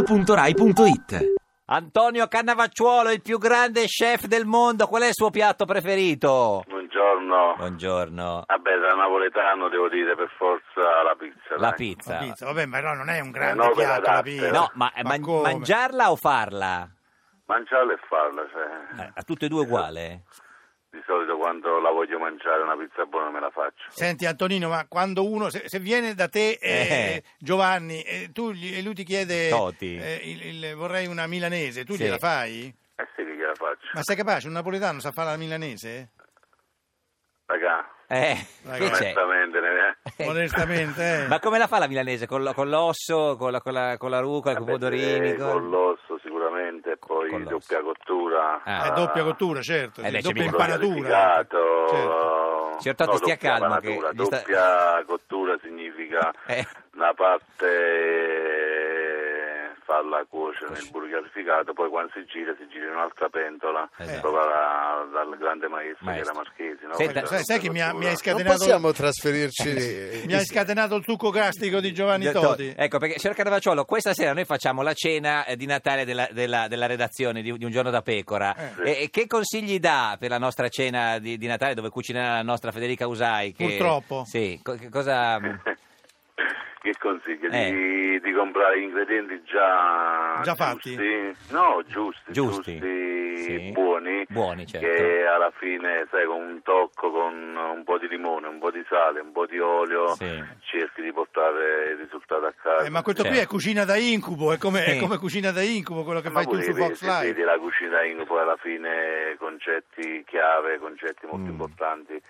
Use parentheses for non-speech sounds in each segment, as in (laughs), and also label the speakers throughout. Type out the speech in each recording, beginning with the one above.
Speaker 1: radio2pod.rai.it
Speaker 2: Antonio Cannavacciuolo, il più grande chef del mondo, qual è il suo piatto preferito?
Speaker 3: Buongiorno.
Speaker 2: Buongiorno.
Speaker 3: Vabbè, da napoletano devo dire per forza la pizza.
Speaker 2: La
Speaker 3: dai.
Speaker 2: pizza.
Speaker 4: La pizza, vabbè, ma no, non è un
Speaker 3: Eh,
Speaker 4: grande
Speaker 3: no, quella
Speaker 4: piatto la
Speaker 3: d'arte.
Speaker 4: pizza.
Speaker 2: No, ma, man-
Speaker 4: come?
Speaker 2: mangiarla o farla?
Speaker 3: Mangiarla e farla, cioè.
Speaker 2: Eh, A tutte e due uguale?
Speaker 3: Di solito quando la voglio mangiare una pizza buona me la faccio.
Speaker 4: Senti Antonino, ma quando uno, se, se viene da te eh,
Speaker 2: Eh.
Speaker 4: Giovanni e tu gli- e lui ti chiede
Speaker 2: Toti.
Speaker 4: eh, il- il- vorrei una milanese, tu
Speaker 2: Sì.
Speaker 4: gliela fai?
Speaker 3: Eh sì che gliela faccio.
Speaker 4: Ma sei capace? Un napoletano sa fare la milanese?
Speaker 3: Raga,
Speaker 2: Eh,
Speaker 4: Dai,
Speaker 2: che c'è?
Speaker 3: onestamente ne
Speaker 4: Onestamente,
Speaker 2: (laughs)
Speaker 4: eh.
Speaker 2: Ma come la fa la milanese? Con, lo- con l'osso, con la, con la, con la rucola, con i
Speaker 3: Vabbè,
Speaker 2: pomodorini?
Speaker 3: eh, Con l'osso sicuramente, e poi
Speaker 2: Con l'osso.
Speaker 3: doppia cottura.
Speaker 2: Ah.
Speaker 4: è doppia cottura, certo,
Speaker 2: Eh,
Speaker 4: sì,
Speaker 2: lei c'è
Speaker 4: doppia
Speaker 2: mica-
Speaker 4: impanatura. Certo.
Speaker 2: Signor Totti, stia calmo che
Speaker 3: Doppia,
Speaker 2: gli sta-
Speaker 3: doppia cottura significa
Speaker 2: Eh.
Speaker 3: una parte farla cuocere nel burgarificato, poi quando si gira si gira in un'altra pentola,
Speaker 2: Esatto.
Speaker 3: proprio alla- dal grande maestro, che
Speaker 2: Maestro.
Speaker 3: era Marchesi. No?
Speaker 2: Senta-
Speaker 3: Questa
Speaker 4: Sai, sai che mi, ha- mi hai
Speaker 5: Non
Speaker 4: scatenato
Speaker 5: possiamo trasferirci
Speaker 4: (laughs) mi hai scatenato il succo gastrico di Giovanni Toti.
Speaker 2: Ecco perché, signor Carnavacciolo, questa sera noi facciamo la cena eh, di Natale della, della- della redazione di, di Un giorno da pecora.
Speaker 3: Eh.
Speaker 2: E, e che consigli dà per la nostra cena di, di Natale dove cucinerà la nostra Federica Usai? Che,
Speaker 4: Purtroppo.
Speaker 2: Sì, co- che cosa.
Speaker 3: Eh. Che consiglio? Di, di comprare ingredienti già,
Speaker 4: Eh. Già fatti?
Speaker 3: giusti? No, giusti,
Speaker 2: Giusti.
Speaker 3: giusti,
Speaker 2: Sì.
Speaker 3: buoni.
Speaker 2: Buoni, certo.
Speaker 3: Che alla fine, sai, con un tocco, con un po' di limone, un po' di sale, un po' di olio,
Speaker 2: Sì.
Speaker 3: cerchi di portare il risultato a casa.
Speaker 4: Eh, ma questo qui
Speaker 2: Certo.
Speaker 4: è cucina da incubo, è come, è
Speaker 2: Sì.
Speaker 4: come cucina da incubo quello che
Speaker 3: Ma
Speaker 4: fai tu
Speaker 3: pure
Speaker 4: su
Speaker 3: vedi-
Speaker 4: Fox
Speaker 3: se
Speaker 4: Live.
Speaker 3: vedi la cucina in poi alla fine concetti chiave, concetti molto
Speaker 4: Mm.
Speaker 3: importanti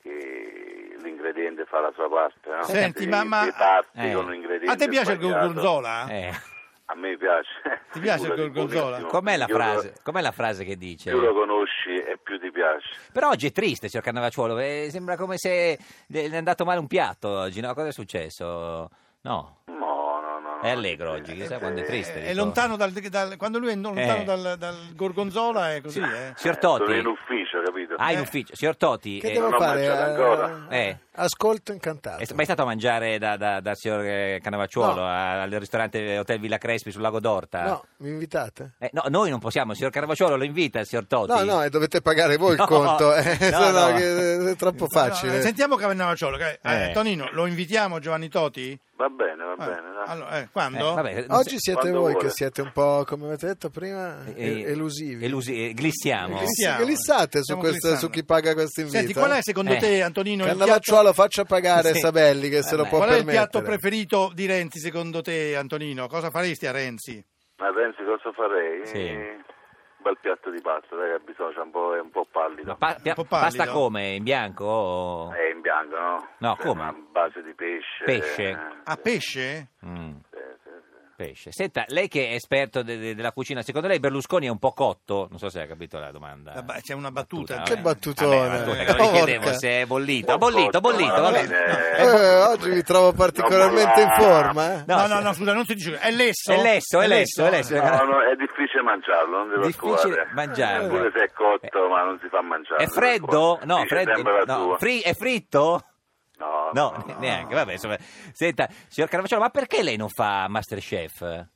Speaker 3: che l'ingrediente fa la sua parte, no?
Speaker 4: Senti,
Speaker 3: Ti-
Speaker 4: ma- ma-
Speaker 3: ti parti
Speaker 2: eh.
Speaker 3: con un ingrediente
Speaker 4: A te piace il
Speaker 3: sbagliato.
Speaker 4: gorgonzola?
Speaker 2: Eh,
Speaker 3: A me piace.
Speaker 4: Ti piace il
Speaker 3: Figurati,
Speaker 4: gorgonzola?
Speaker 3: buonissimo.
Speaker 2: com'è, la
Speaker 3: Più lo-
Speaker 2: frase, Cioè- com'è la frase che dice?
Speaker 3: Più lo conosci e più ti piace.
Speaker 2: Però oggi è triste, signor Carnavacciolo. eh, sembra come se le le è andato male un piatto oggi. No? Cosa è successo? No,
Speaker 3: No, no, no. Eh, no.
Speaker 2: è allegro oggi. Chissà quando è triste.
Speaker 4: Eh, È- È
Speaker 2: dico.
Speaker 4: lontano dal, dal- quando lui è lontano
Speaker 2: Eh.
Speaker 4: dal, dal gorgonzola è così, eh?
Speaker 2: Signor
Speaker 3: Eh,
Speaker 2: Toti.
Speaker 3: Sono in ufficio, capito?
Speaker 2: Ah, in
Speaker 3: Eh,
Speaker 2: ufficio. Signor Toti.
Speaker 5: Che
Speaker 2: eh,
Speaker 5: devo
Speaker 3: non ho
Speaker 5: fare?
Speaker 3: mangiato ancora.
Speaker 5: Eh,
Speaker 2: eh,
Speaker 5: Ascolto
Speaker 2: è
Speaker 5: incantato.
Speaker 2: mai stato a mangiare da, da, dal signor eh, Cannavacciuolo
Speaker 5: Esatto. No.
Speaker 2: a- al ristorante Hotel Villa Crespi sul lago d'Orta?
Speaker 5: No, mi invitate?
Speaker 2: Eh, no, noi non possiamo, il signor Cannavacciuolo lo invita il signor Toti.
Speaker 5: No, no, e dovete pagare voi il
Speaker 2: (laughs) No,
Speaker 5: conto, eh,
Speaker 2: no,
Speaker 5: se no
Speaker 2: no.
Speaker 5: che- è troppo
Speaker 4: No, eh,
Speaker 5: facile.
Speaker 4: sentiamo Cannavacciolo. che- eh,
Speaker 2: Eh.
Speaker 4: Tonino, lo invitiamo Giovanni Toti?
Speaker 3: Va bene, va
Speaker 4: Eh,
Speaker 3: bene. dai.
Speaker 4: allora, eh,
Speaker 2: Eh,
Speaker 4: quando?
Speaker 2: vabbè, non
Speaker 5: Oggi siete
Speaker 3: Quando
Speaker 5: voi
Speaker 3: vuole.
Speaker 5: che siete un po', come avete detto prima,
Speaker 2: se-
Speaker 5: el-
Speaker 2: eh,
Speaker 5: elusivi.
Speaker 2: elusi- eh, glissiamo.
Speaker 4: Glissi-
Speaker 5: Che lissate su,
Speaker 4: Stiamo
Speaker 5: questo-
Speaker 4: glissando.
Speaker 5: su chi paga questo invito?
Speaker 4: Senti, qual è secondo
Speaker 2: Eh.
Speaker 4: te, Antonino, il piatto,
Speaker 5: Cannavacciuolo faccia pagare
Speaker 2: (laughs) Sì. Eh,
Speaker 5: Sabelli che se lo
Speaker 2: Vabbè.
Speaker 5: può
Speaker 4: qual è il
Speaker 5: permettere.
Speaker 4: piatto preferito di Renzi, secondo te, Antonino? Cosa faresti a Renzi?
Speaker 3: Ma pensi cosa farei?
Speaker 2: Sì.
Speaker 3: Eh, Un bel piatto di pasta, dai, ha bisogno, c'è un po', è un po' pallido.
Speaker 2: Ma pa- pia-
Speaker 4: Un po' pallido. Eh,
Speaker 2: pasta come? In bianco? o-
Speaker 3: È in bianco, no?
Speaker 2: No,
Speaker 3: C'è
Speaker 2: come?
Speaker 3: Una base di pesce.
Speaker 2: Pesce?
Speaker 4: A pesce?
Speaker 2: Mm,
Speaker 3: eh, sì, sì, sì.
Speaker 2: pesce. Senta, lei che è esperto de- de- della cucina, secondo lei Berlusconi è un po' cotto? Non so se hai capito la domanda.
Speaker 4: La ba- c'è una battuta. eh.
Speaker 2: Battuta,
Speaker 5: Eh, Che
Speaker 2: vabbè.
Speaker 5: battutone. Oh,
Speaker 2: Vabbè, battuta, che non gli
Speaker 5: Porca.
Speaker 2: chiedevo se è bollito.
Speaker 3: Un po'
Speaker 2: Bollito, bollito,
Speaker 3: alla
Speaker 2: va bene.
Speaker 3: fine,
Speaker 5: Eh, oggi mi trovo particolarmente in
Speaker 3: No,
Speaker 5: forma. eh.
Speaker 2: No,
Speaker 4: No, no,
Speaker 2: se-
Speaker 4: no, scusa, non si dice... È lesso?
Speaker 2: È lesso, è lesso, è lesso. (laughs)
Speaker 3: No, no, è difficile mangiarlo, non devo
Speaker 2: Difficile
Speaker 3: scovare.
Speaker 2: mangiarlo. Eh.
Speaker 3: Pure se è cotto, ma non si fa mangiare.
Speaker 2: È freddo? No, freddo. No,
Speaker 3: No,
Speaker 2: fri- è fritto?
Speaker 3: no,
Speaker 2: No, ne- neanche. Vabbè, insomma. Senta, signor Caravaciolo, ma perché lei non fa Masterchef?
Speaker 3: Eh,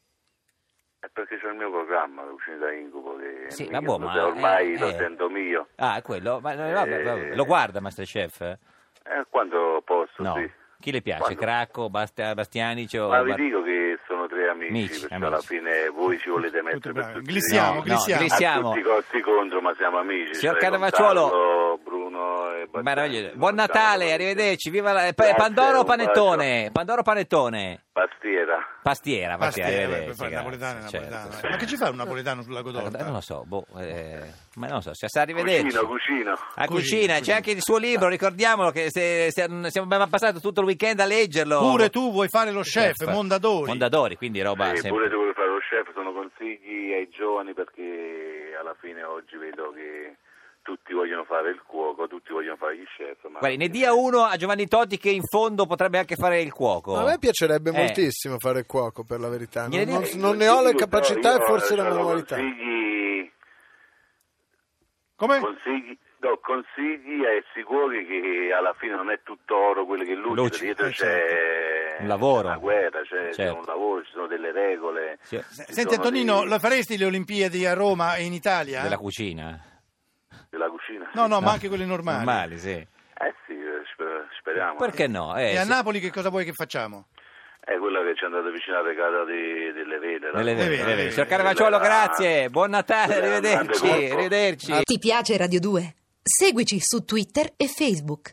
Speaker 3: È perché c'è il mio programma, Cucina da Incubo, che
Speaker 2: Sì,
Speaker 3: mi
Speaker 2: ma boh,
Speaker 3: chiamo,
Speaker 2: ma-
Speaker 3: ormai
Speaker 2: eh,
Speaker 3: lo
Speaker 2: eh.
Speaker 3: sento mio.
Speaker 2: Ah, è quello. Ma, no, vabbè, vabbè.
Speaker 3: Eh.
Speaker 2: Lo guarda Masterchef?
Speaker 3: Eh, quando posso,
Speaker 2: No.
Speaker 3: sì.
Speaker 2: Chi le piace?
Speaker 3: Quando-
Speaker 2: Cracco, Bast- Bastianici o...
Speaker 3: Ma vi
Speaker 2: Bar-
Speaker 3: dico che sono tre amici,
Speaker 2: Amici,
Speaker 3: perché
Speaker 2: amici.
Speaker 3: alla fine voi ci volete mettere per
Speaker 4: Eh, bravi.
Speaker 3: tutti
Speaker 4: Glissiamo,
Speaker 3: no,
Speaker 2: no,
Speaker 4: glissiamo.
Speaker 3: a
Speaker 2: glissiamo.
Speaker 3: tutti i costi contro, ma siamo amici.
Speaker 2: Signor
Speaker 3: cioè,
Speaker 2: Cannavacciuolo.
Speaker 3: Gonzalo, Bruno e Bastiani.
Speaker 2: Meraviglioso. Buon
Speaker 3: Gonzalo,
Speaker 2: Natale,
Speaker 3: Bastiani.
Speaker 2: arrivederci. Viva la... pa-
Speaker 3: Grazie,
Speaker 2: Pandoro o
Speaker 3: un bacio.
Speaker 2: Panettone? Pandoro o Panettone?
Speaker 3: Pastiera.
Speaker 2: Pastiera, pastiera.
Speaker 4: Pastiera,
Speaker 2: arrivederci,
Speaker 4: Ah, eh, per fare il
Speaker 2: grazie,
Speaker 4: napoletano, il
Speaker 2: certo, eh,
Speaker 4: napoletano.
Speaker 2: sì.
Speaker 4: Ma che ci fa un napoletano sulla Godorta?
Speaker 2: Eh, Non lo so, boh, eh, ma non lo so, se sa arrivederci.
Speaker 3: Cucino, cucino.
Speaker 2: A
Speaker 4: Cucina,
Speaker 2: cucina, c'è
Speaker 4: cucina.
Speaker 2: anche il suo libro, ricordiamolo che se, se- siamo- abbiamo passato tutto il weekend a leggerlo.
Speaker 4: Pure tu vuoi fare lo chef, Mondadori.
Speaker 2: Mondadori, quindi roba
Speaker 3: Sì,
Speaker 2: sempre-
Speaker 3: Eh, pure tu vuoi fare lo chef sono consigli ai giovani perché alla fine oggi vedo che tutti vogliono fare il cuoco, tutti vogliono fare gli chef. Ma
Speaker 2: Guardi, ne dia uno a Giovanni Totti che in fondo potrebbe anche fare il cuoco.
Speaker 5: A me piacerebbe
Speaker 2: Eh.
Speaker 5: moltissimo fare il cuoco, per la verità. Non,
Speaker 2: Gliene
Speaker 5: non-
Speaker 2: dico-
Speaker 5: non ne ho le
Speaker 3: Eh, Io,
Speaker 5: capacità
Speaker 3: però,
Speaker 5: e
Speaker 3: io,
Speaker 5: forse la
Speaker 3: eh, sono
Speaker 5: manualità.
Speaker 3: Consigli,
Speaker 4: Come?
Speaker 3: consigli, no, consigli ai sicuri che alla fine non è tutto oro quello che luce,
Speaker 2: Luce,
Speaker 3: dietro
Speaker 2: eh,
Speaker 3: certo. c'è
Speaker 2: Un lavoro.
Speaker 3: una guerra, c'è, c'è
Speaker 2: Certo.
Speaker 3: un lavoro, ci sono delle regole.
Speaker 2: Sì,
Speaker 3: ci
Speaker 4: S-
Speaker 3: sono
Speaker 4: Senti Antonino,
Speaker 3: dei-
Speaker 4: la faresti le Olimpiadi a Roma e in Italia?
Speaker 2: Della cucina.
Speaker 3: della cucina.
Speaker 4: No, no, ma anche quelle normali.
Speaker 2: Normali, sì.
Speaker 3: Eh sì, eh, sper- speriamo.
Speaker 2: Perché no? Eh,
Speaker 4: E a
Speaker 2: sì.
Speaker 4: Napoli che cosa vuoi che facciamo?
Speaker 3: È quella che ci è andata vicino alla casa di- delle vele. no?
Speaker 2: Delle vere,
Speaker 4: vele, vele,
Speaker 2: delle vere.
Speaker 4: vele.
Speaker 2: Signor Caravaciolo, grazie. Buon Natale,
Speaker 3: Eh, Grande
Speaker 2: arrivederci.
Speaker 3: corpo.
Speaker 2: Arrivederci.
Speaker 1: Ti piace Radio 2? Seguici su Twitter e Facebook.